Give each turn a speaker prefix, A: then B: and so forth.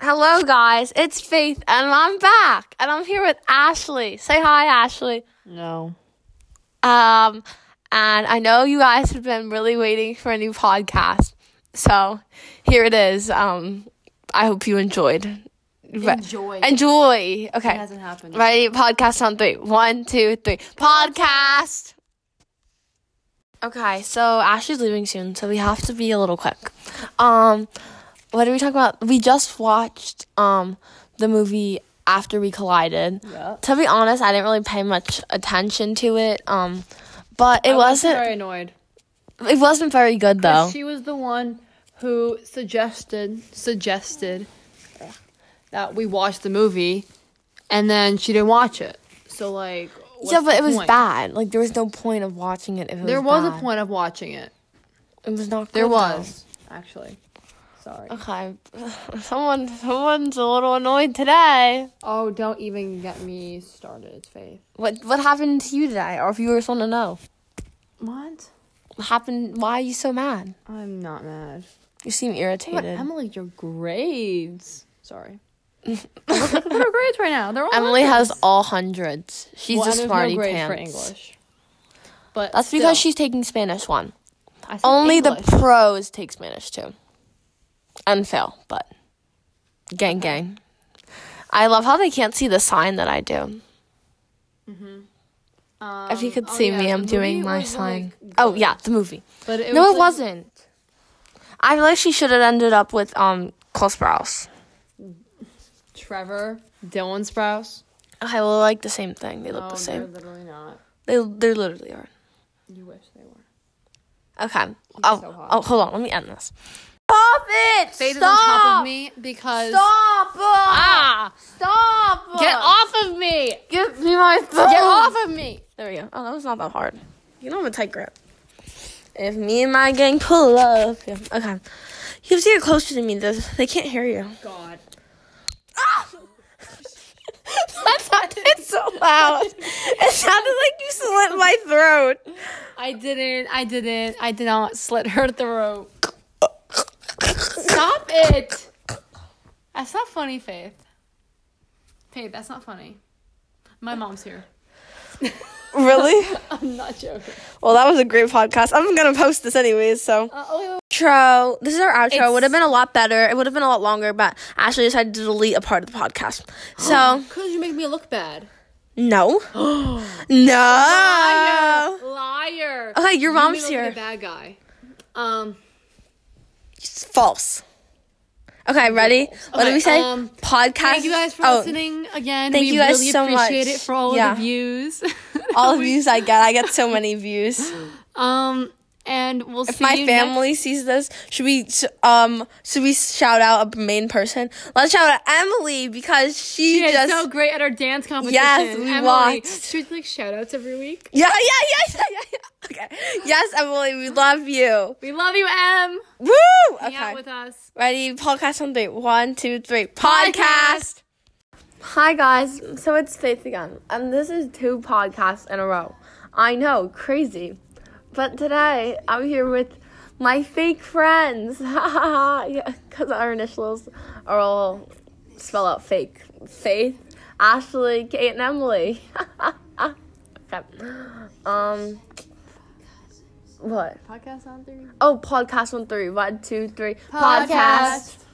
A: Hello, guys. It's Faith, and I'm back, and I'm here with Ashley. Say hi, Ashley.
B: No.
A: Um, and I know you guys have been really waiting for a new podcast, so here it is. Um, I hope you enjoyed. Re-
B: Enjoy.
A: Enjoy.
B: it
A: Okay.
B: hasn't happened.
A: Ready? Podcast on three. One, two, three. Podcast. Okay, so Ashley's leaving soon, so we have to be a little quick. Um, what did we talk about? We just watched um the movie After We Collided.
B: Yeah.
A: To be honest, I didn't really pay much attention to it. Um, but it
B: I was
A: wasn't.
B: very annoyed.
A: It wasn't very good though.
B: She was the one who suggested suggested that we watch the movie, and then she didn't watch it. So like, what's
A: yeah, but
B: the
A: it was
B: point?
A: bad. Like there was no point of watching it. If it
B: There was a
A: bad.
B: point of watching it.
A: It was not.
B: There
A: good, though.
B: was actually. Sorry.
A: Okay, someone someone's a little annoyed today.
B: Oh, don't even get me started, Faith.
A: What what happened to you today? Or if you just want to know,
B: What?
A: what happened? Why are you so mad?
B: I'm not mad.
A: You seem
B: But
A: irritated.
B: Emily, your grades. Sorry. look, look at her grades right now. They're all
A: Emily
B: hundreds.
A: has all hundreds. She's
B: Well,
A: a
B: and there's
A: smarty
B: no grade
A: pants.
B: for English. But
A: That's
B: still,
A: because she's taking Spanish one.
B: I said
A: Only
B: English.
A: the pros take Spanish too, and fail. But gang gang. I love how they can't see the sign that I do.
B: Mm-hmm. Um,
A: If you could
B: oh,
A: see
B: yeah,
A: me,
B: the
A: I'm doing
B: movie
A: my
B: was,
A: sign.
B: like,
A: oh
B: good,
A: yeah, the movie.
B: but it
A: no,
B: was
A: it
B: like-
A: wasn't. I feel like she should have ended up with um Cole Sprouse.
B: Trevor, Dylan Sprouse.
A: Okay, well, they're like the same thing. They look
B: no,
A: the
B: Oh, They're
A: same.
B: literally not.
A: They they literally are.
B: You wish they were.
A: Okay. oh,
B: so hot.
A: oh, hold on. Let me end this. Stop it!
B: Fade is
A: Stop!
B: on top of me because
A: Stop! Ah! Stop!
B: get off of me.
A: Give me my phone!
B: Get off of me.
A: There we go. Oh, that was not that hard. You don't have a tight grip. If me and my gang pull up, yeah. okay. You have to get closer to me. This they can't hear you.
B: God.
A: That sounded Ah! so loud. It sounded like you slit my throat.
B: I didn't. I didn't. I did not slit her throat. Stop it. That's not funny, Faith. Faith, that's not funny. My mom's here.
A: Really?
B: I'm not joking.
A: Well, that was a great podcast. I'm gonna post this anyways. So.
B: Uh, oh, wait, wait,
A: outro. This is our outro.
B: It's-
A: would have been a lot better. It would have been a lot longer, but Ashley decided to delete a part of the podcast. So,
B: Because you make me look bad.
A: no.
B: Liar!
A: no.
B: Liar!
A: Okay, Oh, your
B: You
A: mom's
B: made me
A: here.
B: look Like a bad guy. Um,
A: It's false. Okay, ready? What did we say?
B: um,
A: podcast.
B: thank you guys for
A: oh,
B: listening again.
A: Thank
B: we
A: you guys
B: really
A: so much.
B: appreciate it for all
A: Yeah.
B: of the views.
A: All the
B: We-
A: views I get. I get so many views.
B: Um, and we'll
A: If
B: see
A: my
B: you
A: family sees this, should we um should we shout out a main person? Let's shout out Emily because she,
B: Next- she
A: just
B: is so great at our dance competition.
A: we
B: Emily,
A: watched.
B: Should we like shout outs every week?
A: yeah, yeah, yeah, yeah, yeah. Okay. Yes, Emily, we love you.
B: We love you, Em.
A: Woo!
B: Hang out
A: Okay.
B: with us.
A: Ready? Podcast on three. One, two, three. Podcast. Hi guys. So it's Faith again, and this is two podcasts in a row. I know, crazy, but today I'm here with my fake friends. yeah, because our initials are all spell out fake. Faith, Ashley, Kate, and Emily. okay. Um. What?
B: Podcast on three.
A: Oh, podcast on three. One, two, three.
B: Podcast.